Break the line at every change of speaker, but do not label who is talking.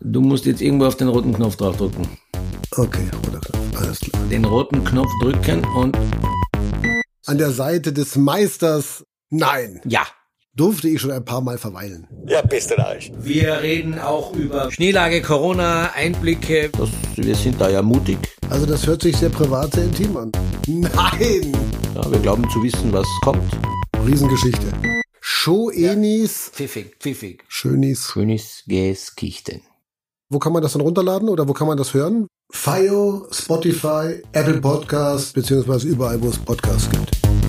Du musst jetzt irgendwo auf den roten Knopf draufdrücken.
Okay, oder? Alles klar.
Den roten Knopf drücken und
An der Seite des Meisters. Nein,
ja.
durfte ich schon ein paar Mal verweilen.
Ja, bist du reich.
Wir reden auch über Schneelage, Corona, Einblicke. Das, wir sind da ja mutig.
Also das hört sich sehr privat, sehr intim an. Nein!
Ja, wir glauben zu wissen, was kommt.
Riesengeschichte. Show-Enis,
Pfiffig, pfiffig.
Schönis.
Schönes Geskichten.
Wo kann man das dann runterladen oder wo kann man das hören? Fio, Spotify, Apple Podcast, beziehungsweise überall, wo es Podcasts gibt.